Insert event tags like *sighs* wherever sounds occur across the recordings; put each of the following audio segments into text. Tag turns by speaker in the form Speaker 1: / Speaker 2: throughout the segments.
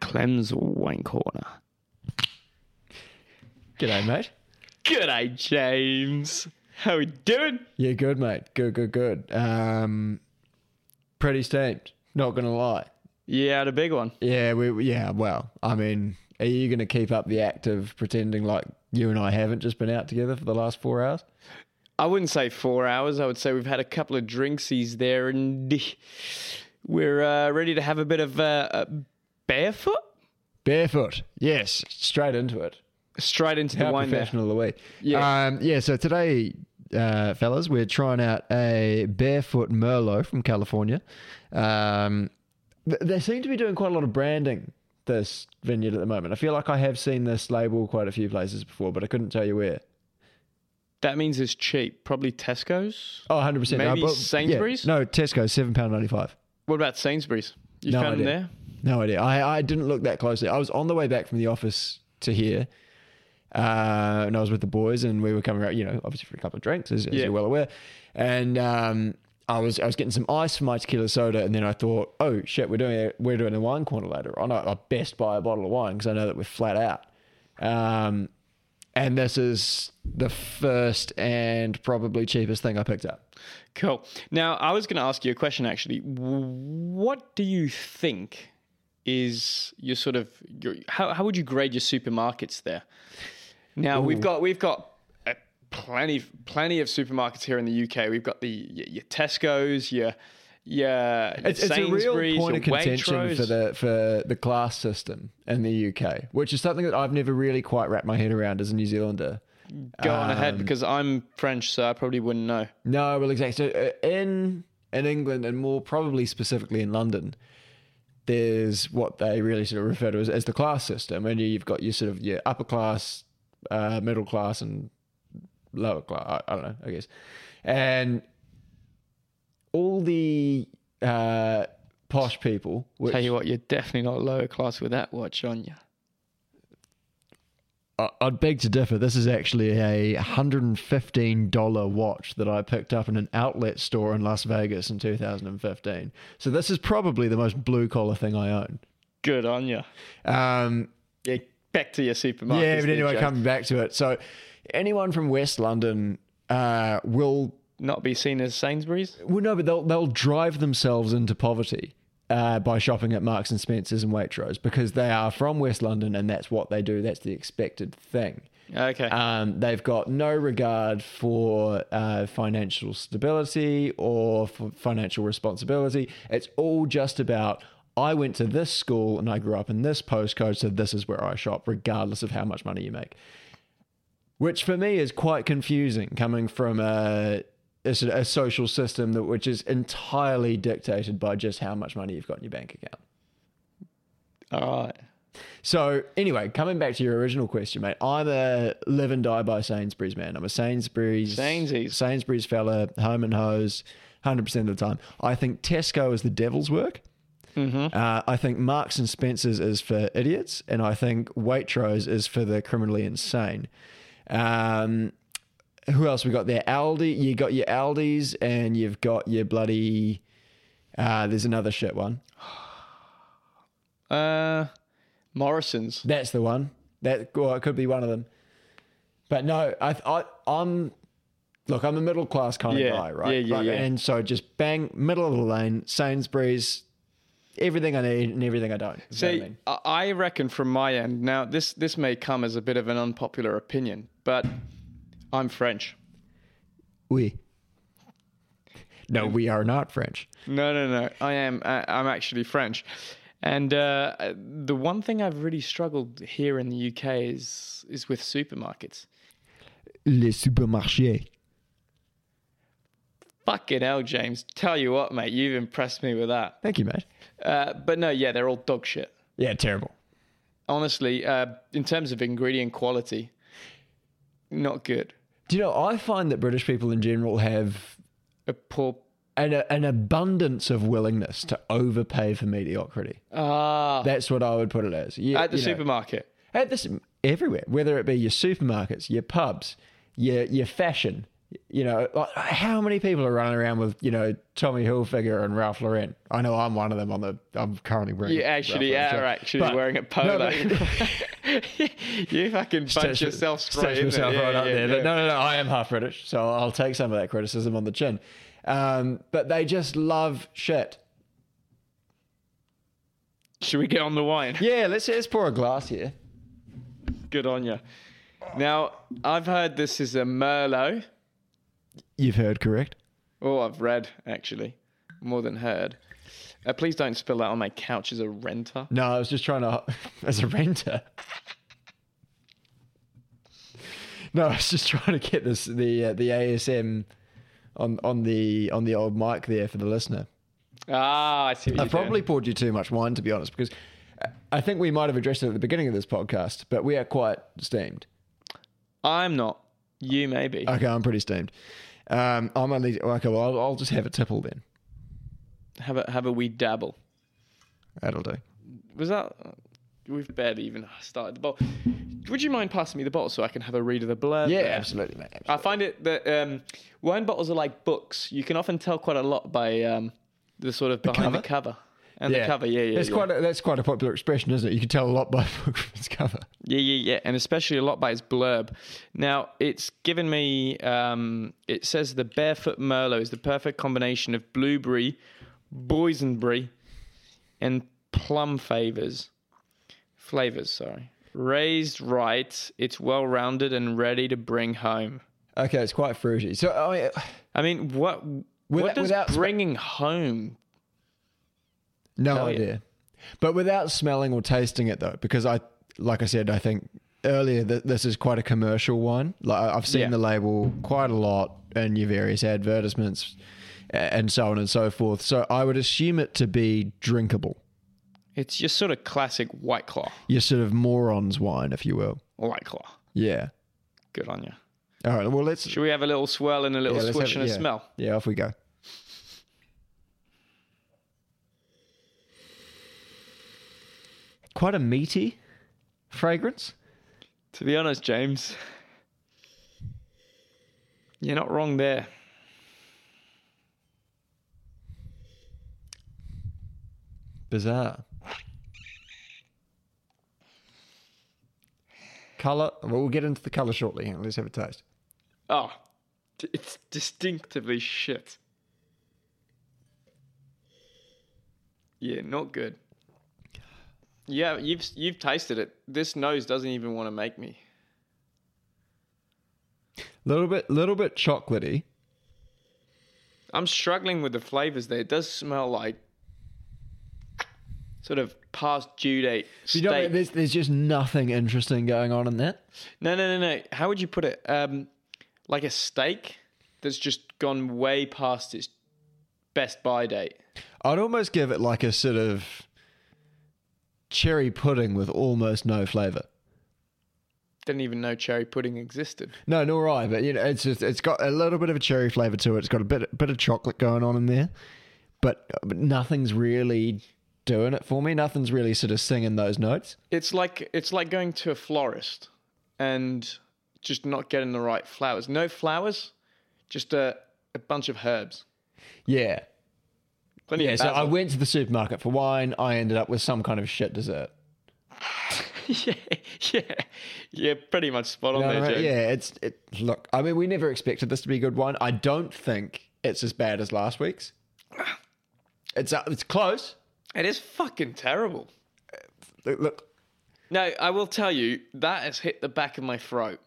Speaker 1: Graham's Wine Corner.
Speaker 2: G'day, mate.
Speaker 1: G'day, James. How we doing?
Speaker 2: Yeah, good, mate. Good, good, good. Um, pretty steamed. Not gonna lie.
Speaker 1: Yeah, had a big one.
Speaker 2: Yeah, we. we- Yeah, well, I mean, are you gonna keep up the act of pretending like you and I haven't just been out together for the last four hours?
Speaker 1: I wouldn't say four hours. I would say we've had a couple of drinksies there, and *laughs* we're uh, ready to have a bit of uh, uh, barefoot
Speaker 2: Barefoot. Yes, straight into it.
Speaker 1: straight into the
Speaker 2: How
Speaker 1: wine there.
Speaker 2: professional are we?
Speaker 1: Yeah.
Speaker 2: Um, yeah. So today, uh, fellas, we're trying out a barefoot Merlot from California. Um, th- they seem to be doing quite a lot of branding this vineyard at the moment. I feel like I have seen this label quite a few places before, but I couldn't tell you where.
Speaker 1: That means it's cheap. Probably Tesco's.
Speaker 2: Oh, 100 percent.
Speaker 1: Maybe Sainsbury's?
Speaker 2: No, Tesco, seven pound ninety five.
Speaker 1: What about Sainsbury's? You
Speaker 2: No
Speaker 1: found them
Speaker 2: idea.
Speaker 1: there?
Speaker 2: No idea. I, I didn't look that closely. I was on the way back from the office to here, uh, and I was with the boys, and we were coming around, you know, obviously for a couple of drinks, as, as
Speaker 1: Yeah.
Speaker 2: you're well aware. And um, I was I was getting some ice for my tequila soda, and then I thought, oh shit, we're doing a, we're doing a wine corner later on. I, I best buy a bottle of wine because I know that we're flat out. Um, and this is the first and probably cheapest thing I picked up.
Speaker 1: Cool. Now, I was going to ask you a question actually. W- What do you think is your sort of your how how would you grade your supermarkets there? Now, we've got we've got uh, plenty plenty of supermarkets here in the UK. We've got the your, your Tesco's, your your, your
Speaker 2: It's, it's a
Speaker 1: Sainsbury's,
Speaker 2: real point
Speaker 1: your
Speaker 2: of contention
Speaker 1: Waitrose.
Speaker 2: for the for the class system in the UK, which is something that I've never really quite wrapped my head around as a New Zealander.
Speaker 1: Go on
Speaker 2: um,
Speaker 1: ahead because I'm French, so I probably wouldn't know.
Speaker 2: No, well, exactly. So uh, in in England and more probably specifically in London, there's what they really sort of refer to as, as the class system, and you've got your sort of your upper class, uh, middle class, and lower class. I, I don't know, I guess, and all the uh, posh people. Which,
Speaker 1: Tell you what, you're definitely not lower class with that watch on you.
Speaker 2: I- I'd beg to differ. This is actually a $115 watch that I picked up in an outlet store in Las Vegas in 2015. So this is probably the most blue collar thing I own.
Speaker 1: Good on you.
Speaker 2: Um,
Speaker 1: Yeah, back to your supermarkets.
Speaker 2: yeah, but
Speaker 1: there,
Speaker 2: anyway,
Speaker 1: Joe.
Speaker 2: coming back to it. So anyone from West London uh, will
Speaker 1: not be seen as Sainsbury's.
Speaker 2: Well, no, but they'll they'll drive themselves into poverty uh, by shopping at Marks and Spencers and Waitrose because they are from West London and that's what they do. That's the expected thing.
Speaker 1: Okay.
Speaker 2: Um, they've got no regard for uh, financial stability or for financial responsibility. It's all just about I went to this school and I grew up in this postcode, so this is where I shop, regardless of how much money you make which for me is quite confusing coming from a, a, sort of- a social system that which is entirely dictated by just how much money you've got in your bank account.
Speaker 1: All right.
Speaker 2: So anyway, coming back to your original question, mate, I'm a live and die by Sainsbury's man. I'm a Sainsbury's
Speaker 1: Sainsies.
Speaker 2: Sainsbury's fella, home and hose, hundred percent of the time. I think Tesco is the devil's work. Uh, I think Marks and Spencers is for idiots, and I think Waitrose is for the criminally insane. Um, who else we got there? Aldi. You got your Aldis, and you've got your bloody. Uh, there's another shit one.
Speaker 1: Uh, Morrison's.
Speaker 2: That's the one. That well, it could be one of them. But no, I, I I'm look, I'm a middle class kind
Speaker 1: Yeah.
Speaker 2: of guy, right?
Speaker 1: Yeah, yeah,
Speaker 2: Like,
Speaker 1: yeah.
Speaker 2: And so just bang, middle of the lane, Sainsbury's, everything I need and everything I don't. You know what I
Speaker 1: See,
Speaker 2: mean?
Speaker 1: I I reckon from my end. Now, this this may come as a bit of an unpopular opinion, but I'm French.
Speaker 2: Oui. No, we are not French.
Speaker 1: No, no, no. I am. I, I'm actually French, and uh, the one thing I've really struggled here in the UK is is with supermarkets.
Speaker 2: Les supermarchés.
Speaker 1: Fucking hell, James. Tell you what, mate, you've impressed me with that.
Speaker 2: Thank you, mate.
Speaker 1: Uh, but no, yeah, they're all dog shit.
Speaker 2: Yeah, terrible.
Speaker 1: Honestly, uh, in terms of ingredient quality, not good.
Speaker 2: Do you know, I find that British people in general have
Speaker 1: a poor
Speaker 2: an, an abundance of willingness to overpay for mediocrity.
Speaker 1: ah
Speaker 2: That's what I would put it as. Yeah,
Speaker 1: at the
Speaker 2: you know.
Speaker 1: supermarket.
Speaker 2: Hey, this everywhere, whether it be your supermarkets, your pubs, your your fashion, You know, like, how many people are running around with you know Tommy Hilfiger and Ralph Lauren? I know I'm one of them. On the I'm currently wearing.
Speaker 1: You actually
Speaker 2: Ralph Lauren
Speaker 1: are
Speaker 2: shirt.
Speaker 1: actually
Speaker 2: But-
Speaker 1: wearing a
Speaker 2: No,
Speaker 1: *laughs* polo.
Speaker 2: but- *laughs*
Speaker 1: *laughs* you fucking punch
Speaker 2: Stretch it-
Speaker 1: yourself
Speaker 2: stretch
Speaker 1: straight in
Speaker 2: myself
Speaker 1: there.
Speaker 2: right
Speaker 1: Yeah,
Speaker 2: up
Speaker 1: yeah,
Speaker 2: there. But
Speaker 1: yeah.
Speaker 2: no, no, no. I am half British, so I'll take some of that criticism on the chin. Um, but they just love shit.
Speaker 1: Should we get on the wine?
Speaker 2: Yeah, let's let's pour a glass here.
Speaker 1: Good on you. Now, I've heard this is a Merlot.
Speaker 2: You've heard correct.
Speaker 1: Oh, I've read, actually. More than heard. Uh, please don't spill that on my couch as a renter.
Speaker 2: No, I was just trying to *laughs* as a renter. No, I was just trying to get this the uh, the ASM on on the on the old mic there for the listener.
Speaker 1: Ah, I see what
Speaker 2: I
Speaker 1: you're doing.
Speaker 2: Uh, probably poured you too much wine to be honest, because I- I think we might have addressed it at the beginning of this podcast, but we are quite steamed.
Speaker 1: I'm not. You may be.
Speaker 2: Okay, I'm pretty steamed. Um, I'm only okay. Well, I'll, I'll just have a tipple then.
Speaker 1: Have a have a wee dabble.
Speaker 2: That'll do.
Speaker 1: Was that? We've barely even started the bottle. Would you mind passing me the bottle so I can have a read of the blurb?
Speaker 2: Yeah,
Speaker 1: there?
Speaker 2: absolutely, mate.
Speaker 1: I find it that um, wine bottles are like books. You can often tell quite a lot by um, the sort of behind the cover. And the cover, yeah, yeah.
Speaker 2: That's
Speaker 1: yeah.
Speaker 2: quite a, that's quite a popular expression, isn't it? You can tell a lot by *laughs* its cover.
Speaker 1: Yeah, yeah, yeah, and especially a lot by his blurb. Now, it's given me. Um, it says the Barefoot Merlot is the perfect combination of blueberry, boysenberry, and plum favors, flavors. Sorry, raised right. It's well rounded and ready to bring home.
Speaker 2: Okay, it's quite fruity. So I mean, *sighs*
Speaker 1: I mean, what?
Speaker 2: Without-
Speaker 1: what does
Speaker 2: without spe-
Speaker 1: bringing home?
Speaker 2: no
Speaker 1: Tell you.
Speaker 2: idea. But without smelling or tasting it though, because I, like I said, I think earlier that this is quite a commercial one. Like I- I've seen
Speaker 1: Yeah.
Speaker 2: the label quite a lot in your various advertisements, a- and so on and so forth. So I would assume it to be drinkable.
Speaker 1: It's just sort of classic White Claw.
Speaker 2: Your sort of morons wine, if you will.
Speaker 1: White Claw.
Speaker 2: Yeah.
Speaker 1: Good on you.
Speaker 2: All right. Well, let's.
Speaker 1: Should we have a little swirl and a little
Speaker 2: yeah, let's
Speaker 1: swish
Speaker 2: have-
Speaker 1: and a
Speaker 2: yeah.
Speaker 1: smell?
Speaker 2: Yeah, off we go. Quite a meaty fragrance.
Speaker 1: To be honest, James, you're not wrong there.
Speaker 2: Bizarre. Color. Well, we'll get into the color shortly. Hang on, Let's have a taste.
Speaker 1: Oh, d- it's distinctively shit. Yeah, not good. Yeah, you've you've tasted it. This nose doesn't even want to make me.
Speaker 2: Little bit, little bit chocolatey.
Speaker 1: I'm struggling with the flavors there. It does smell like sort of past due date
Speaker 2: You
Speaker 1: steak.
Speaker 2: know, there's, there's just nothing interesting going on in that.
Speaker 1: No, no, no, no. How would you put it? Um, like a steak that's just gone way past its best by date.
Speaker 2: I'd almost give it like a sort of cherry pudding with almost no flavor.
Speaker 1: Didn't even know cherry pudding existed.
Speaker 2: No, nor I. But you know, it's just it's got a little bit of a cherry flavor to it. It's got a bit bit of chocolate going on in there, but, but nothing's really doing it for me. Nothing's really sort of singing those notes.
Speaker 1: It's like it's like going to a florist and just not getting the right flowers. No flowers, just a, a bunch of herbs.
Speaker 2: Yeah,
Speaker 1: Plenty
Speaker 2: yeah.
Speaker 1: of
Speaker 2: So I
Speaker 1: basil.
Speaker 2: went to the supermarket for wine. I ended up with some kind of shit dessert.
Speaker 1: yeah, *laughs* yeah, yeah. Pretty much spot on
Speaker 2: No,
Speaker 1: there,
Speaker 2: right,
Speaker 1: James.
Speaker 2: yeah, it's it. Look, I mean, we never expected this to be good wine. I don't think it's as bad as last week's. It's uh, it's close.
Speaker 1: It is fucking terrible.
Speaker 2: Look, look,
Speaker 1: No, I will tell you that has hit the back of my throat,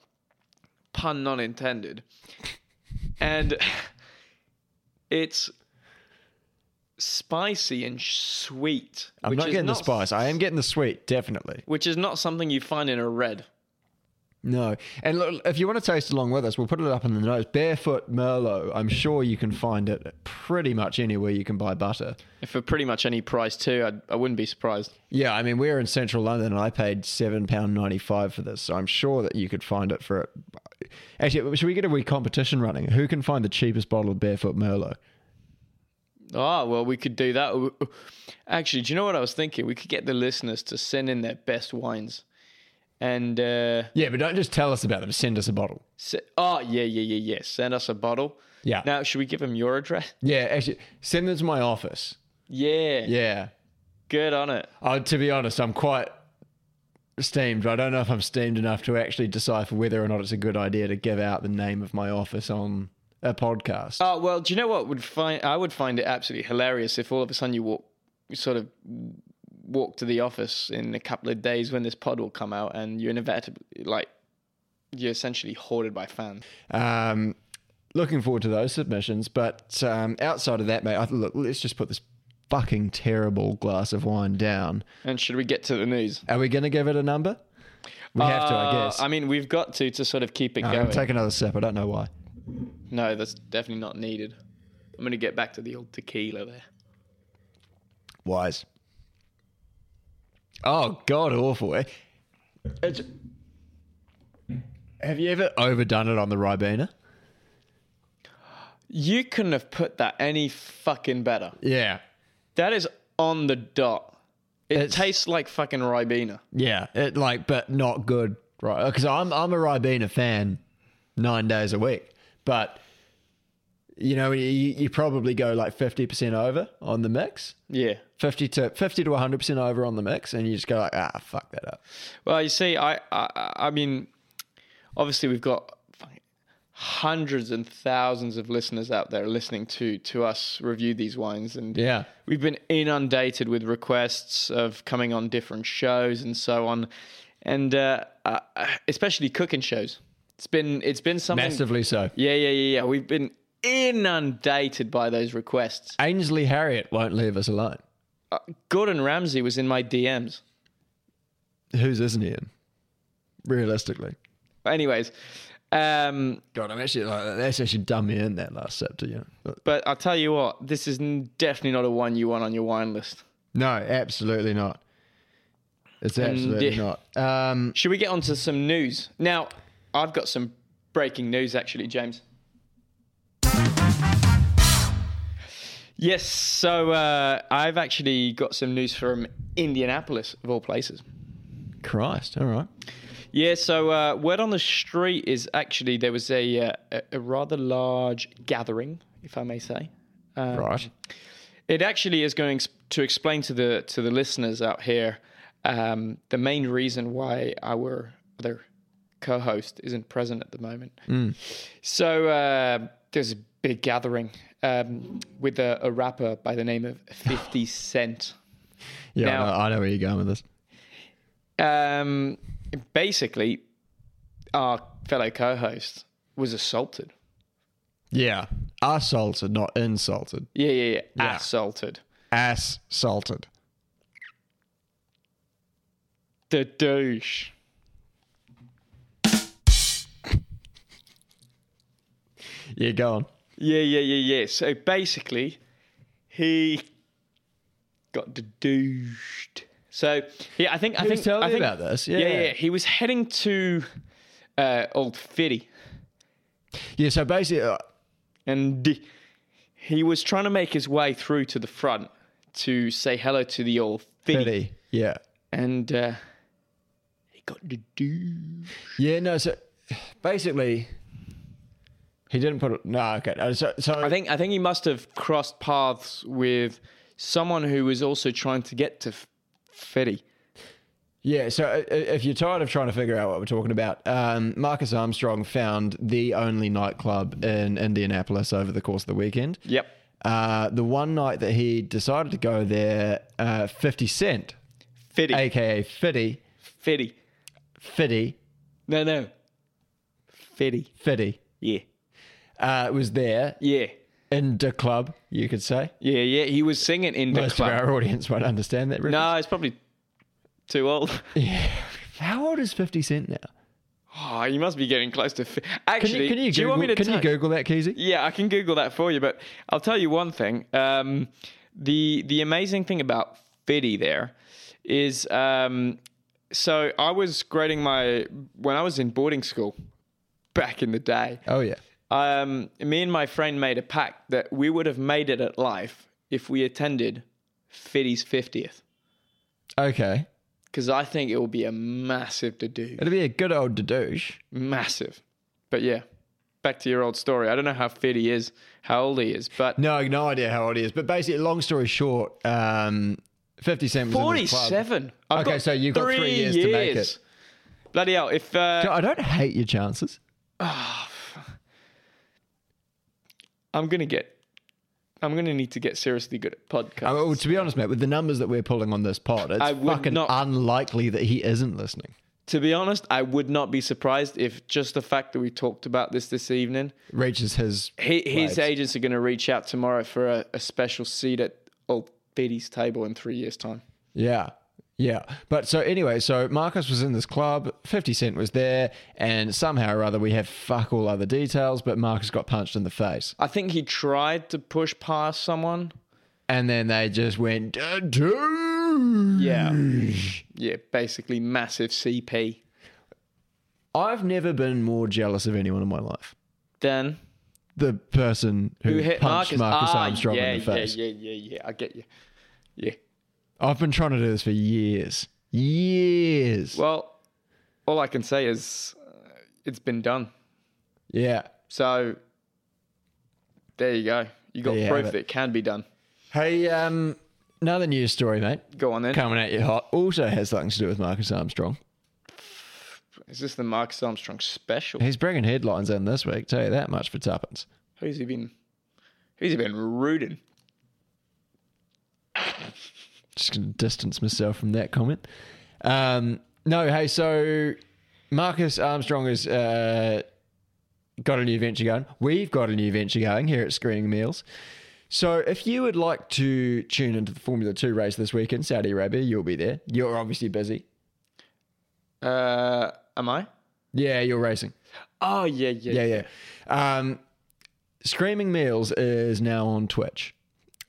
Speaker 1: pun not
Speaker 2: *laughs*
Speaker 1: intended, and *laughs* it's spicy and sweet.
Speaker 2: I'm
Speaker 1: which
Speaker 2: not
Speaker 1: is
Speaker 2: getting the spice. I am getting the sweet, definitely.
Speaker 1: which is not something you find in a red.
Speaker 2: No. And look, if you want to taste along with us, we'll put it up in the notes. Barefoot Merlot. I'm sure you can find it pretty much anywhere you can buy butter.
Speaker 1: For pretty much any price too, I'd, I wouldn't be surprised.
Speaker 2: Yeah, I mean, we're in central London and I paid £7.95 for this. So I'm sure that you could find it for it. Actually, should we get a wee competition running? Who can find the cheapest bottle of Barefoot Merlot?
Speaker 1: Ah, well, we could do that. Actually, do you know what I was thinking? We could get the listeners to send in their best wines, And uh,
Speaker 2: Yeah, but don't just tell us about them. Send us a bottle.
Speaker 1: s- oh yeah, yeah, yeah, yeah. Send us a bottle.
Speaker 2: Yeah.
Speaker 1: Now, should we give him your address?
Speaker 2: Yeah, actually, send them to my office.
Speaker 1: Yeah.
Speaker 2: Yeah.
Speaker 1: Good on it.
Speaker 2: Uh, to be honest, I'm quite steamed. I don't know if I'm steamed enough to actually decipher whether or not it's a good idea to give out the name of my office on a podcast.
Speaker 1: Oh well, do you know what would find? I would find it absolutely hilarious if all of a sudden you walk, you sort of walk to the office in a couple of days when this pod will come out, and you're inevitably like you're essentially hoarded by fans.
Speaker 2: Um, looking forward to those submissions. But um, outside of that, mate, I, look, let's just put this fucking terrible glass of wine down.
Speaker 1: And should we get to the news?
Speaker 2: Are we going to give it a number? We have to, I
Speaker 1: Uh,
Speaker 2: guess.
Speaker 1: I mean, we've got to to sort of keep it
Speaker 2: I'm
Speaker 1: going.
Speaker 2: going to take another sip. I don't know why.
Speaker 1: no, that's definitely not needed. I'm going to get back to the old tequila there.
Speaker 2: Wise. Oh god, awful. eh? It's. Have you ever overdone it on the Ribena?
Speaker 1: You couldn't have put that any fucking better.
Speaker 2: Yeah,
Speaker 1: That is on the dot. It
Speaker 2: It's-
Speaker 1: tastes like fucking Ribena.
Speaker 2: yeah. It like, but not good, right? Because I'm I'm a Ribena fan, nine days a week. But you know, you, you probably go like fifty percent over on the mix,
Speaker 1: Yeah.
Speaker 2: fifty to fifty to one hundred percent over on the mix, and you just go like, ah, fuck that up.
Speaker 1: Well, you see, I, I, I mean, obviously we've got fucking hundreds and thousands of listeners out there listening to to us review these wines, and
Speaker 2: Yeah,
Speaker 1: we've been inundated with requests of coming on different shows and so on, and uh, uh, especially cooking shows. It's been it's been something.
Speaker 2: massively so.
Speaker 1: Yeah, yeah, yeah, yeah. We've been inundated by those requests.
Speaker 2: Ainsley Harriet won't leave us alone.
Speaker 1: Uh, Gordon Ramsay was in my DMs.
Speaker 2: Whose isn't he in? Realistically.
Speaker 1: Anyways, um,
Speaker 2: God, I'm actually like that's actually dumb me in that last sip to you. But-
Speaker 1: But I'll tell you what, this is n- definitely not a one you want on your wine list.
Speaker 2: No, absolutely not. It's absolutely
Speaker 1: yeah.
Speaker 2: not. Um,
Speaker 1: Should we get on to some news? Now, I've got some breaking news actually, James. Yes, so uh, I've actually got some news from Indianapolis, of all places.
Speaker 2: Christ, all right.
Speaker 1: Yeah, so uh, word on the street is actually there was a, uh, a- a rather large gathering, if I may say. Um,
Speaker 2: Right.
Speaker 1: It actually is going to explain to the to the listeners out here um, the main reason why our other co-host isn't present at the moment. So uh, there's a big gathering um, with a, a rapper by the name of Fifty Cent.
Speaker 2: Yeah,
Speaker 1: Now-
Speaker 2: I, know, I know where you're going with this.
Speaker 1: Um, basically, our fellow co-host was assaulted.
Speaker 2: Yeah. Assaulted, not insulted.
Speaker 1: Yeah, yeah, yeah.
Speaker 2: Yeah.
Speaker 1: Assaulted.
Speaker 2: Ass salted.
Speaker 1: The douche.
Speaker 2: Yeah, go on.
Speaker 1: Yeah, yeah, yeah, yeah. So basically, he got douched. So yeah, I think I
Speaker 2: He
Speaker 1: think
Speaker 2: was telling
Speaker 1: I
Speaker 2: me
Speaker 1: think,
Speaker 2: about this.
Speaker 1: Yeah.
Speaker 2: Yeah.
Speaker 1: yeah, He was heading to uh, Old Fitty,
Speaker 2: Yeah, so basically, uh,
Speaker 1: and he was trying to make his way through to the front to say hello to the Old Fitty,
Speaker 2: Fitty. Yeah.
Speaker 1: and uh, he got douched.
Speaker 2: Yeah, no, so basically, he didn't put it. No, okay. no, So, so
Speaker 1: I think I think he must have crossed paths with someone who was also trying to get to F- Fitty.
Speaker 2: Yeah, so i- i- if you're tired of trying to figure out what we're talking about, um, Marcus Armstrong found the only nightclub in Indianapolis over the course of the weekend.
Speaker 1: Yep.
Speaker 2: Uh, the one night that he decided to go there, uh, 50 Cent,
Speaker 1: Fitty.
Speaker 2: aka Fitty,
Speaker 1: Fitty.
Speaker 2: Fitty,
Speaker 1: No, no. Fitty.
Speaker 2: Fitty,
Speaker 1: Yeah.
Speaker 2: uh, was there
Speaker 1: Yeah.
Speaker 2: in the club, you could say.
Speaker 1: Yeah, yeah. He was singing in the
Speaker 2: Most
Speaker 1: club.
Speaker 2: of our audience won't understand that. reference.
Speaker 1: No, it's probably too old. *laughs*
Speaker 2: Yeah. *laughs* How old is 50 Cent now?
Speaker 1: Oh, you must be getting close to. Fi-
Speaker 2: Can
Speaker 1: Actually,
Speaker 2: you, can you,
Speaker 1: do you want me
Speaker 2: Google-
Speaker 1: to
Speaker 2: can you
Speaker 1: tell-
Speaker 2: Google that, Keezy?
Speaker 1: Yeah, I can Google that for you, but I'll tell you one thing. Um, the the amazing thing about Fiddy there is, um, so I was grading my when I was in boarding school back in the day.
Speaker 2: Oh, yeah.
Speaker 1: um, me and my friend made a pact that we would have made it at life if we attended Fiddy's 50th.
Speaker 2: Okay.
Speaker 1: because I think it will be a massive to do.
Speaker 2: It'll be a good old douche.
Speaker 1: Massive. But yeah, back to your old story. I don't know how fit he is, how old he is, but
Speaker 2: No, no idea how old he is. But basically, long story short, um, 50 Cent was in the
Speaker 1: 47.
Speaker 2: club.
Speaker 1: I've
Speaker 2: Okay, so you've got three years to make it.
Speaker 1: Bloody hell. If uh,
Speaker 2: I don't hate your chances.
Speaker 1: I'm going to get, I'm going to need to get seriously good at podcasts.
Speaker 2: I mean, well, to be honest, mate, with the numbers that we're pulling on this pod, it's
Speaker 1: I would
Speaker 2: fucking
Speaker 1: not-
Speaker 2: unlikely that he isn't listening.
Speaker 1: to be honest, I would not be surprised if just the fact that we talked about this this evening,
Speaker 2: Reaches his.
Speaker 1: he, his
Speaker 2: Right.
Speaker 1: agents are going to reach out tomorrow for a, a special seat at old Biddy's table in three years' time.
Speaker 2: Yeah. Yeah. But so anyway, so Marcus was in this club, 50 Cent was there, and somehow or other we have fuck all other details, but Marcus got punched in the face.
Speaker 1: I think he tried to push past someone.
Speaker 2: And then they just went, "Dude."
Speaker 1: Yeah. *sighs* Yeah, basically massive CP.
Speaker 2: I've never been more jealous of anyone in my life.
Speaker 1: Then
Speaker 2: The person who,
Speaker 1: who hit
Speaker 2: punched
Speaker 1: Marcus,
Speaker 2: Marcus,
Speaker 1: Ah,
Speaker 2: Armstrong
Speaker 1: yeah,
Speaker 2: in the face.
Speaker 1: Yeah, yeah, yeah, yeah. I get you. Yeah.
Speaker 2: I've been trying to do this for years. Years.
Speaker 1: Well, all I can say is uh, it's been done.
Speaker 2: yeah.
Speaker 1: So there you go. You got
Speaker 2: There you have
Speaker 1: proof
Speaker 2: it.
Speaker 1: that it can be done.
Speaker 2: Hey, um, another news story, mate.
Speaker 1: Go on then.
Speaker 2: Coming at you hot also has something to do with Marcus Armstrong.
Speaker 1: Is this the Marcus Armstrong special?
Speaker 2: He's bringing headlines in this week, tell you that much for tuppence.
Speaker 1: Who's he been? Who's he been rooting?
Speaker 2: Just going to distance myself from that comment. Um, no, hey, so Marcus Armstrong has uh, got a new venture going. We've got a new venture going here at Screening Meals. So if you would like to tune into the Formula 2 race this weekend, Saudi Arabia, you'll be there. You're obviously busy.
Speaker 1: Uh, am I?
Speaker 2: Yeah, you're racing.
Speaker 1: Oh yeah, yeah.
Speaker 2: yeah, yeah. Um, Screaming Meals is now on Twitch,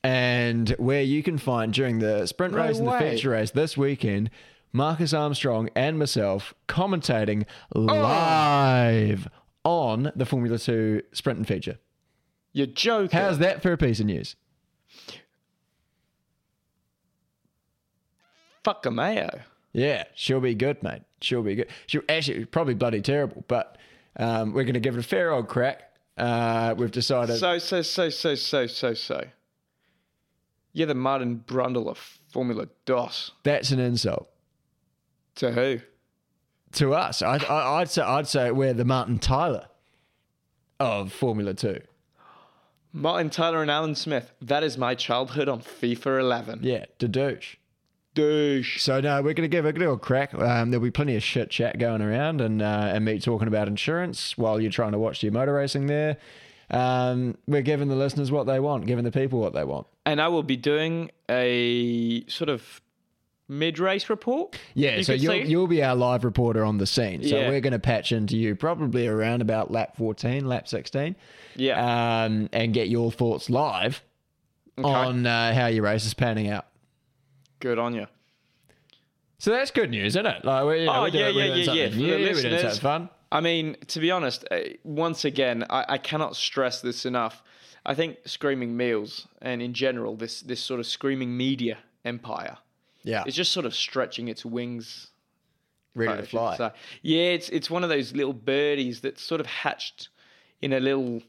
Speaker 2: and where you can find during the sprint race and the
Speaker 1: way.
Speaker 2: feature race this weekend, Marcus Armstrong and myself commentating live on the Formula Two sprint and feature.
Speaker 1: You're joking.
Speaker 2: How's that for a piece of news?
Speaker 1: Fuck a mayo.
Speaker 2: Yeah, she'll be good, mate. She'll be good. She'll actually probably bloody terrible, but um, we're going to give it a fair old crack. Uh, we've decided.
Speaker 1: So so so so so so so. You're the Martin Brundle of Formula DOS.
Speaker 2: that's an insult.
Speaker 1: To who?
Speaker 2: to us. I, I, I'd say I'd say we're the Martin Tyler of Formula Two.
Speaker 1: Martin Tyler and Alan Smith. That is my childhood on FIFA 11.
Speaker 2: Yeah, the douche.
Speaker 1: Douche.
Speaker 2: So no, we're going to give it a little crack. Um, there'll be plenty of shit chat going around, and uh, and me talking about insurance while you're trying to watch your motor racing there. Um, we're giving the listeners what they want, giving the people what they want.
Speaker 1: And I will be doing a sort of mid-race report.
Speaker 2: Yeah, so
Speaker 1: could
Speaker 2: you'll
Speaker 1: say-
Speaker 2: you'll be our live reporter on the scene. So
Speaker 1: Yeah.
Speaker 2: we're going to patch into you probably around about lap 14, lap 16,
Speaker 1: yeah.
Speaker 2: um, and get your thoughts live on uh, how your race is panning out.
Speaker 1: Good on you.
Speaker 2: So that's good news, isn't it? Like, we're, you know,
Speaker 1: Oh,
Speaker 2: we're doing,
Speaker 1: yeah,
Speaker 2: we're
Speaker 1: yeah,
Speaker 2: doing
Speaker 1: yeah,
Speaker 2: something
Speaker 1: yeah. For the
Speaker 2: new, we're doing
Speaker 1: listeners-
Speaker 2: something fun.
Speaker 1: I mean, to be honest, uh, once again, I, I cannot stress this enough. I think screaming meals and in general this this sort of screaming media empire
Speaker 2: Yeah,
Speaker 1: is just sort of stretching its wings
Speaker 2: ready to
Speaker 1: if you
Speaker 2: fly.
Speaker 1: say. yeah, it's it's one of those little birdies that's sort of hatched in a little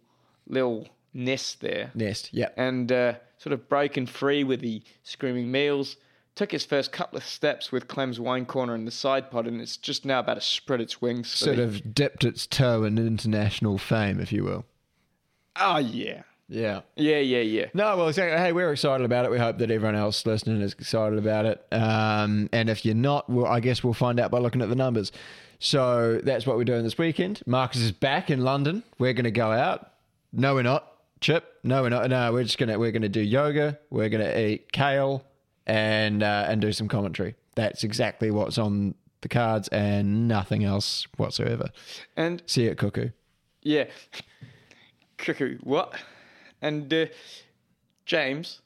Speaker 1: little nest there,
Speaker 2: Nest, yeah.
Speaker 1: and uh, sort of broken free with the screaming meals. Took its first couple of steps with Clem's wine corner in the side pod, and it's just now about to spread its wings. for
Speaker 2: Sort
Speaker 1: the-
Speaker 2: of dipped its toe in international fame, if you will.
Speaker 1: oh yeah,
Speaker 2: Yeah.
Speaker 1: yeah, yeah, yeah.
Speaker 2: No, well, exactly. Hey, we're excited about it. We hope that everyone else listening is excited about it. Um, and if you're not, well, I guess we'll find out by looking at the numbers. So that's what we're doing this weekend. Marcus is back in London. We're going to go out. No, we're not. Chip. No, we're not. No, we're just gonna we're gonna do yoga. We're gonna eat kale and uh, and do some commentary. That's exactly what's on the cards and nothing else whatsoever.
Speaker 1: And
Speaker 2: See you at Cuckoo.
Speaker 1: yeah, cuckoo, what? And uh, James,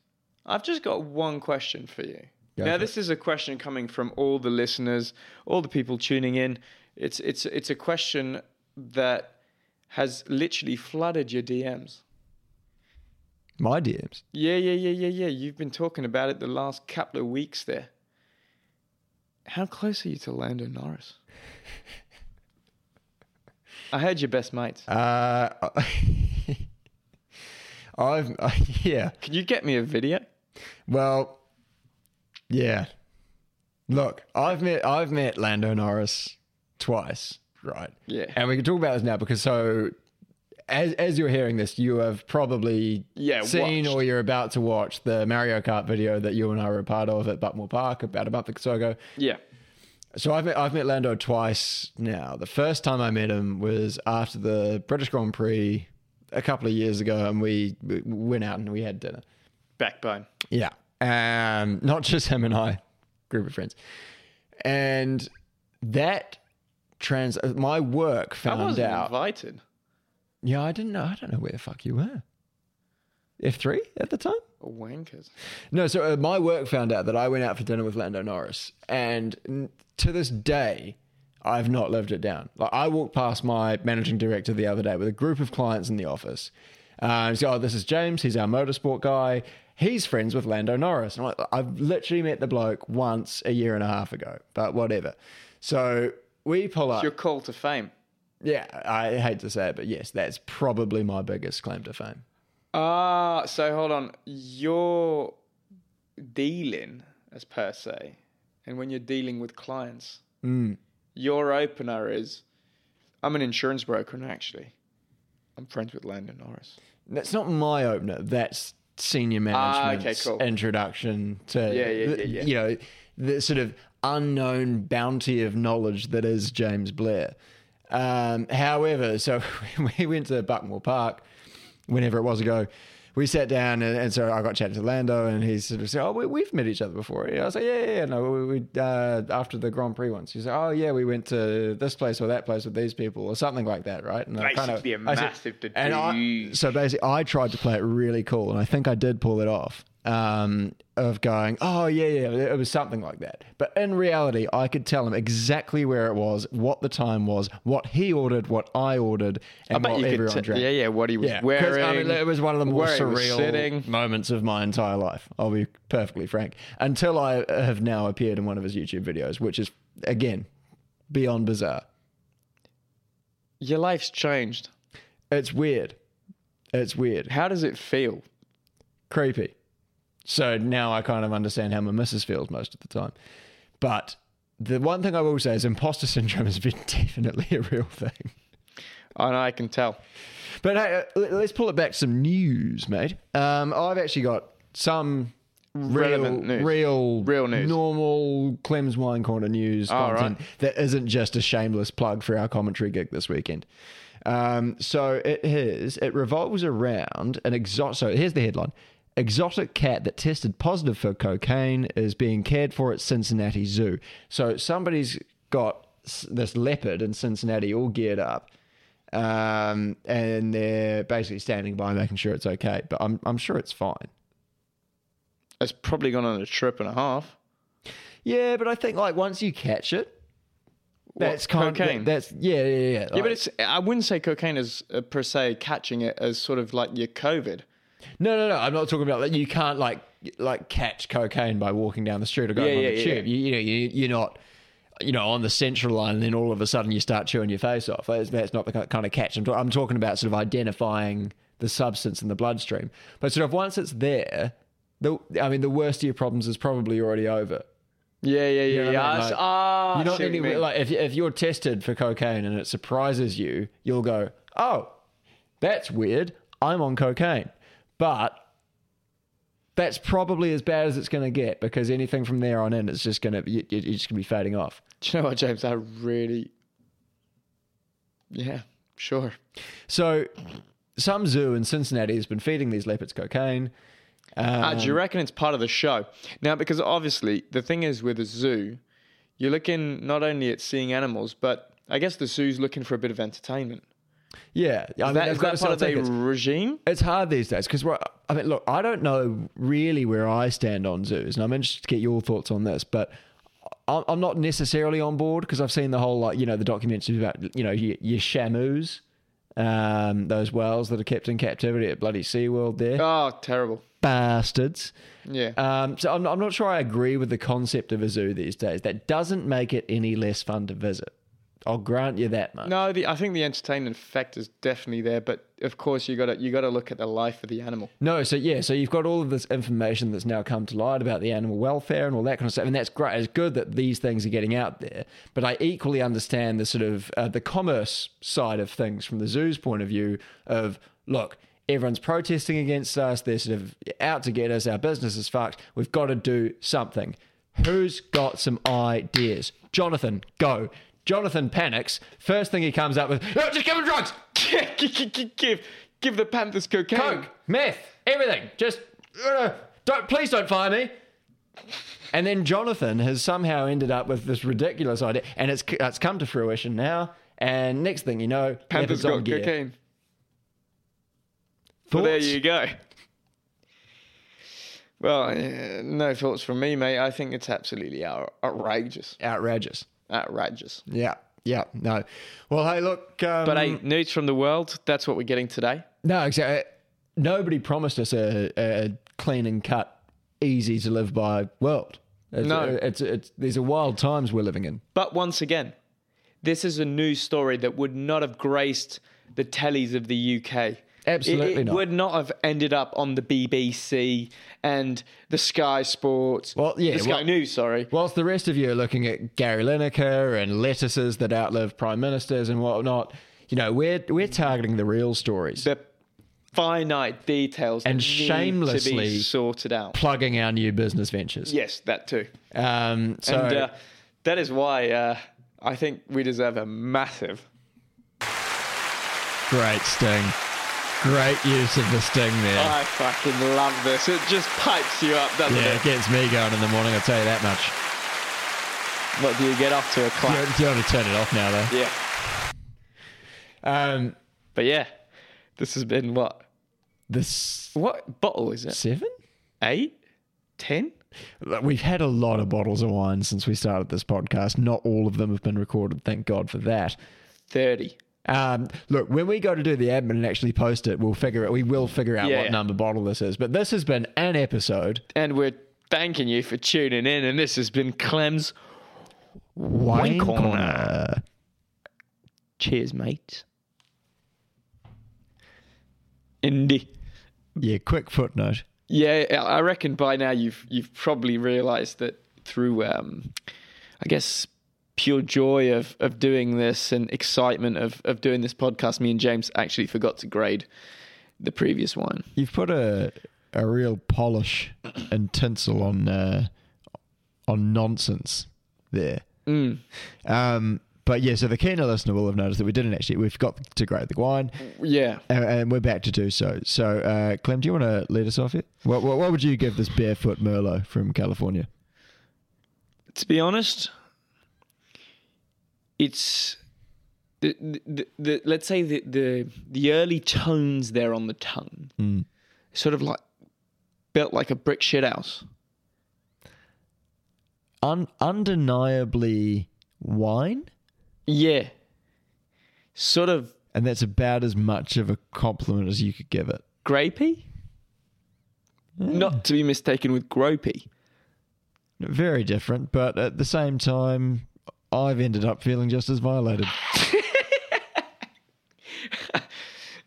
Speaker 1: I've just got one question for you.
Speaker 2: Go
Speaker 1: now,
Speaker 2: for
Speaker 1: this is a question coming from all the listeners, all the people tuning in. It's it's it's a question that has literally flooded your DMs.
Speaker 2: My DMs.
Speaker 1: Yeah, yeah, yeah, yeah, yeah. You've been talking about it the last couple of weeks there. How close are you to Lando
Speaker 2: *laughs*
Speaker 1: Norris? I heard your best mates.
Speaker 2: Uh, *laughs* I've *laughs* yeah.
Speaker 1: Can you get me a video?
Speaker 2: Well, yeah. Look, I've met I've met Lando Norris twice, right?
Speaker 1: Yeah.
Speaker 2: And we can talk about this now because so as as you're hearing this, you have probably
Speaker 1: Yeah,
Speaker 2: seen
Speaker 1: watched.
Speaker 2: or you're about to watch the Mario Kart video that you and I were a part of at Butmore Park about a month or ago.
Speaker 1: Yeah.
Speaker 2: So I've met, I've met Lando twice now. The first time I met him was after the British Grand Prix a couple of years ago, and we, we went out and we had dinner.
Speaker 1: Backbone.
Speaker 2: Yeah. Um, not just him and I, group of friends. And that trans my work
Speaker 1: I
Speaker 2: found
Speaker 1: wasn't
Speaker 2: out.
Speaker 1: invited.
Speaker 2: Yeah, I didn't know. I don't know where the fuck you were. F3 at the time?
Speaker 1: Oh, Wankers.
Speaker 2: No, so uh, my work found out that I went out for dinner with Lando Norris, and n- to this day, I've not lived it down. Like I walked past my managing director the other day with a group of clients in the office. Uh, he's oh, this is James. He's our motorsport guy. He's friends with Lando Norris. And I'm like, I've literally met the bloke once a year and a half ago, but whatever. So we pull up.
Speaker 1: Your call to fame.
Speaker 2: Yeah, I hate to say it, but yes, that's probably my biggest claim to fame.
Speaker 1: Ah, so hold on. You're dealing, as per se, and when you're dealing with clients, Mm. your opener is, I'm an insurance broker, and actually, I'm friends with Landon Norris.
Speaker 2: That's not my opener. That's senior
Speaker 1: Ah, okay,
Speaker 2: management's
Speaker 1: cool.
Speaker 2: introduction to
Speaker 1: Yeah, yeah, yeah,
Speaker 2: the-
Speaker 1: yeah.
Speaker 2: you know the sort of unknown bounty of knowledge that is James Blair. Um, however, so *laughs* we went to Buckmore Park whenever it was ago. We sat down and, and so I got chatting to Lando and he sort of said, "Oh, we, we've met each other before." Yeah, I was like, "Yeah, yeah, yeah, no, we, we uh, after the Grand Prix once." He's like, "Oh, yeah, we went to this place or that place with these people or something like that, right?" And I kinda-
Speaker 1: Basically a
Speaker 2: I said-
Speaker 1: massive
Speaker 2: and I,
Speaker 1: deduce.
Speaker 2: so basically, I tried to play it really cool, and I think I did pull it off. Um, of going, oh yeah, yeah, it was something like that. But in reality, I could tell him exactly where it was, what the time was, what he ordered, what I ordered, and what everyone
Speaker 1: t-
Speaker 2: drank.
Speaker 1: yeah, yeah, what he was
Speaker 2: Yeah, 'cause,
Speaker 1: wearing.
Speaker 2: I mean, it was one of the more
Speaker 1: where he was
Speaker 2: surreal
Speaker 1: sitting.
Speaker 2: moments of my entire life. I'll be perfectly frank. Until I have now appeared in one of his YouTube videos, which is again beyond bizarre.
Speaker 1: Your life's changed.
Speaker 2: It's weird. It's weird.
Speaker 1: How does it feel?
Speaker 2: creepy. So now I kind of understand how my missus feels most of the time. But the one thing I will say is imposter syndrome has been *laughs* definitely a real thing.
Speaker 1: I know, I can tell.
Speaker 2: But hey, uh, l- let's pull it back to some news, mate. Um, I've actually got some real,
Speaker 1: Relevant news.
Speaker 2: real,
Speaker 1: Real news.
Speaker 2: normal Clem's Wine Corner news
Speaker 1: All
Speaker 2: content that isn't just a shameless plug for our commentary gig this weekend. Um, so it is. It revolves around an exotic. So here's the headline: Exotic cat that tested positive for cocaine is being cared for at Cincinnati Zoo. So somebody's got s- this leopard in Cincinnati all geared up um, and they're basically standing by, making sure it's okay. But I'm I'm sure it's fine.
Speaker 1: It's probably gone on a trip and a half.
Speaker 2: Yeah, but I think like once you catch it, that's kind of-
Speaker 1: cocaine?
Speaker 2: that's yeah, yeah, yeah.
Speaker 1: Yeah, but it's, I wouldn't say cocaine is uh, per se catching it as sort of like your COVID.
Speaker 2: no, no, no. I'm not talking about that. You can't like like catch cocaine by walking down the street or going
Speaker 1: Yeah,
Speaker 2: on
Speaker 1: yeah,
Speaker 2: the
Speaker 1: yeah,
Speaker 2: tube. You, you know, you, you're not. You know, on the central line, and then all of a sudden you start chewing your face off. That's, that's not the ki- kind of catch. I'm, ta- I'm talking about sort of identifying the substance in the bloodstream. But sort of once it's there, the I mean, the worst of your problems is probably already over.
Speaker 1: Yeah, yeah, yeah.
Speaker 2: know what I
Speaker 1: yeah.
Speaker 2: mean?
Speaker 1: I s-
Speaker 2: Like,
Speaker 1: ah,
Speaker 2: you
Speaker 1: I
Speaker 2: don't
Speaker 1: see what you
Speaker 2: anywhere,
Speaker 1: mean.
Speaker 2: like if if you're tested for cocaine and it surprises you, you'll go, "Oh, that's weird. I'm on cocaine." But that's probably as bad as it's going to get because anything from there on in, it's just going to you, you're just going to be fading off.
Speaker 1: Do you know what, James? I really. Yeah, sure.
Speaker 2: So, some zoo in Cincinnati has been feeding these leopards cocaine.
Speaker 1: Ah, do you reckon it's part of the show? Now, because obviously the thing is with a zoo, you're looking not only at seeing animals, but I guess the zoo's looking for a bit of entertainment.
Speaker 2: Yeah, I mean,
Speaker 1: That,
Speaker 2: they've
Speaker 1: is
Speaker 2: got
Speaker 1: that
Speaker 2: to sell
Speaker 1: part of their
Speaker 2: tickets.
Speaker 1: regime?
Speaker 2: it's hard these days because I mean, look, I don't know really where I stand on zoos, and I'm interested to get your thoughts on this. But I'm I'm not necessarily on board because I've seen the whole like you know the documentaries about you know your, your shamus Um, those whales that are kept in captivity at bloody SeaWorld there.
Speaker 1: Oh, terrible.
Speaker 2: Bastards.
Speaker 1: Yeah.
Speaker 2: Um, so I'm, I'm not sure I agree with the concept of a zoo these days. That doesn't make it any less fun to visit. I'll grant you that much.
Speaker 1: no, the, I think the entertainment factor is definitely there, but of course you got to you got to look at the life of the animal. *laughs*
Speaker 2: No, so yeah, so you've got all of this information that's now come to light about the animal welfare and all that kind of stuff, and that's great. It's good that these things are getting out there, but I equally understand the sort of uh, the commerce side of things from the zoo's point of view. Of look, everyone's protesting against us; they're sort of out to get us. Our business is fucked. We've got to do something. Who's got some ideas? Jonathan, go. Jonathan panics. First thing he comes up with, "Oh, just give him drugs,
Speaker 1: give give the panthers cocaine.
Speaker 2: coke, meth, everything. Just uh, don't, please don't fire me. And then Jonathan has somehow ended up with this ridiculous idea, and it's it's come to fruition now. And next thing you know,
Speaker 1: Panthers
Speaker 2: leopards on
Speaker 1: got
Speaker 2: gear.
Speaker 1: cocaine. Well, there
Speaker 2: Thoughts?
Speaker 1: you go. Well, yeah, no thoughts from me, mate. I think it's absolutely out- outrageous.
Speaker 2: Outrageous.
Speaker 1: Outrageous.
Speaker 2: Yeah, yeah, no. Well, hey, look, um,
Speaker 1: But hey, news from the world. That's what we're getting today.
Speaker 2: no, exactly. Nobody promised us a, a clean and cut, easy to live by world. It's, uh,
Speaker 1: No.
Speaker 2: it's, it's these are wild times we're living in.
Speaker 1: But once again, this is a news story that would not have graced the tellies of the UK.
Speaker 2: Absolutely
Speaker 1: it, it
Speaker 2: not.
Speaker 1: would not have ended up on the BBC and the Sky Sports.
Speaker 2: Well, yeah,
Speaker 1: the Sky
Speaker 2: well-
Speaker 1: News. Sorry,
Speaker 2: Whilst the rest of you are looking at Gary Lineker and lettuces that outlive prime ministers and whatnot, you know, we're we're targeting the real stories,
Speaker 1: the finite details
Speaker 2: And
Speaker 1: that need to
Speaker 2: shamelessly-
Speaker 1: be sorted out.
Speaker 2: plugging our new business ventures.
Speaker 1: Yes, that too.
Speaker 2: Um, so
Speaker 1: And uh, that is why uh, I think we deserve a massive.
Speaker 2: great sting, great use of the sting there.
Speaker 1: I fucking love this. It just pipes you up, doesn't
Speaker 2: yeah, it
Speaker 1: it?
Speaker 2: gets me going in the morning. I'll tell you that much.
Speaker 1: What do you get off to a
Speaker 2: Do you,
Speaker 1: clap?
Speaker 2: do you want to turn it off now, though?
Speaker 1: Yeah.
Speaker 2: Um,
Speaker 1: But yeah, this has been what?
Speaker 2: the s-
Speaker 1: What bottle is it?
Speaker 2: seven.
Speaker 1: Eight? Ten?
Speaker 2: Look, We've had a lot of bottles of wine since we started this podcast. Not all of them have been recorded. Thank God for that.
Speaker 1: Thirty.
Speaker 2: Um, look, when we go to do the admin and actually post it, we'll figure it. We will figure out
Speaker 1: Yeah,
Speaker 2: what
Speaker 1: yeah.
Speaker 2: number bottle this is. But this has been an episode.
Speaker 1: And we're thanking you for tuning in. And this has been Clem's
Speaker 2: Wine
Speaker 1: Corner.
Speaker 2: corner.
Speaker 1: Cheers, mate. Indy.
Speaker 2: Yeah, quick footnote.
Speaker 1: Yeah, I I reckon by now you've you've probably realised that through, um, I guess, pure joy of of doing this and excitement of of doing this podcast, me and James actually forgot to grade the previous one.
Speaker 2: You've put a a real polish and tinsel on uh, on nonsense there.
Speaker 1: Mm.
Speaker 2: Um, but yeah, so the keener listener will have noticed that we didn't actually. We've got to grade the wine,
Speaker 1: Yeah,
Speaker 2: and, and we're back to do so. So, uh, Clem, do you want to lead us off here? What, what, what would you give this barefoot Merlot from California?
Speaker 1: to be honest, it's the, the, the, the let's say the, the the early tones there on the tongue,
Speaker 2: Mm.
Speaker 1: sort of like built like a brick shit house.
Speaker 2: un- undeniably wine,
Speaker 1: Yeah, sort of
Speaker 2: and that's about as much of a compliment as you could give it.
Speaker 1: grapey. Not to be mistaken with gropey.
Speaker 2: Very different, but at the same time, I've ended up feeling just as violated.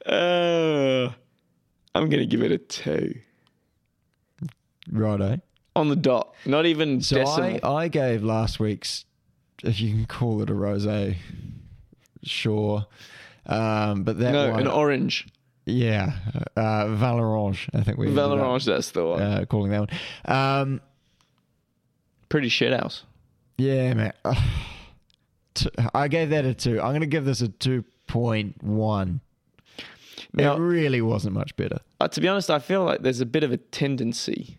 Speaker 1: Uh, I'm going to give it a two
Speaker 2: Righto.
Speaker 1: on the dot. Not even
Speaker 2: So I,
Speaker 1: decimal.
Speaker 2: I gave last week's, if you can call it a rosé, sure, um, but that
Speaker 1: no,
Speaker 2: one,
Speaker 1: an orange.
Speaker 2: yeah, uh, Valorange, I think we ended up,
Speaker 1: Valorange, that's the one.
Speaker 2: uh, calling that one. Um,
Speaker 1: Pretty shit house.
Speaker 2: Yeah, man. *sighs* Ugh. T- I gave that a two. I'm going to give this a 2.1.
Speaker 1: Now-
Speaker 2: it really wasn't much better.
Speaker 1: Uh, to be honest, I feel like there's a bit of a tendency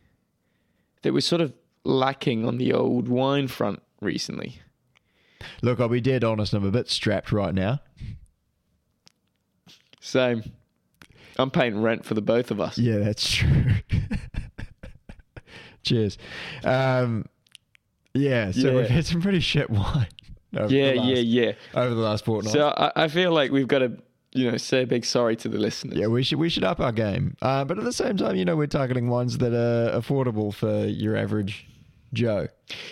Speaker 1: that we're sort of lacking on the old wine front recently.
Speaker 2: Look, I'll be dead honest. I'm a bit strapped right now.
Speaker 1: So I'm paying rent for the both of us.
Speaker 2: Yeah, that's true. *laughs* Cheers. Um, yeah, so
Speaker 1: Yeah.
Speaker 2: we've had some pretty shit wine. *laughs* Over
Speaker 1: Yeah,
Speaker 2: the last,
Speaker 1: yeah, yeah.
Speaker 2: Over the last fortnight.
Speaker 1: So I, I feel like we've got to you know, say a big sorry to the listeners.
Speaker 2: Yeah, we should we should up our game. Uh, but at the same time, you know, we're targeting ones that are affordable for your average Joe.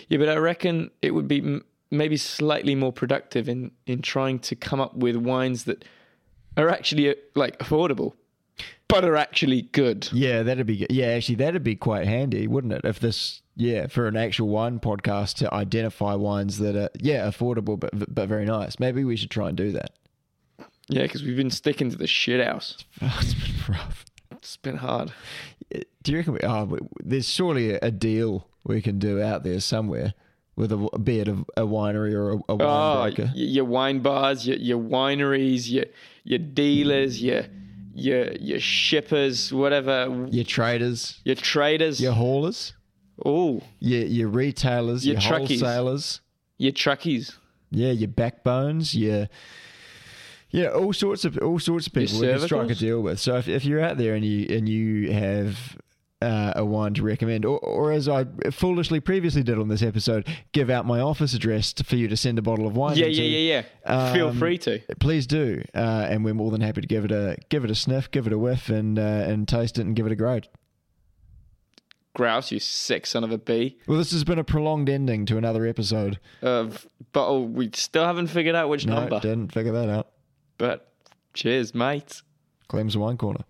Speaker 1: Yeah, but I reckon it would be m- maybe slightly more productive in in trying to come up with wines that are actually uh, like affordable, but are actually good.
Speaker 2: Yeah, that'd be good. yeah. Actually, that'd be quite handy, wouldn't it? If this yeah for an actual wine podcast to identify wines that are yeah affordable but but very nice. Maybe we should try and do that.
Speaker 1: Yeah, because we've been sticking to the shit house.
Speaker 2: it's been rough.
Speaker 1: It's been hard.
Speaker 2: Do you reckon? We, oh, we- there's surely a, a deal we can do out there somewhere with a be it a, a winery or a, a
Speaker 1: Oh,
Speaker 2: wine
Speaker 1: y-
Speaker 2: broker.
Speaker 1: your wine bars, your, your wineries, your your dealers, your your your shippers, whatever,
Speaker 2: Your traders,
Speaker 1: your traders.
Speaker 2: your haulers,
Speaker 1: Oh,
Speaker 2: your your retailers, your,
Speaker 1: Your truckies.
Speaker 2: wholesalers.
Speaker 1: your truckies.
Speaker 2: Yeah, your backbones, your yeah, all sorts of all sorts of people we can strike a
Speaker 1: cervicals?
Speaker 2: deal with. So if, if you're out there and you and you have uh, a wine to recommend, or, or as I foolishly previously did on this episode, give out my office address to, for you to send a bottle of wine.
Speaker 1: Yeah,
Speaker 2: into,
Speaker 1: yeah, yeah, yeah. Feel
Speaker 2: Um,
Speaker 1: free to.
Speaker 2: Please do, uh, and we're more than happy to give it a give it a sniff, give it a whiff, and uh, and taste it and give it a grade.
Speaker 1: Grouse, you sick son of a bee.
Speaker 2: Well, this has been a prolonged ending to another episode.
Speaker 1: Of but oh, we still haven't figured out which
Speaker 2: No,
Speaker 1: number.
Speaker 2: didn't figure that out.
Speaker 1: But cheers, mate.
Speaker 2: Clem's Wine Corner.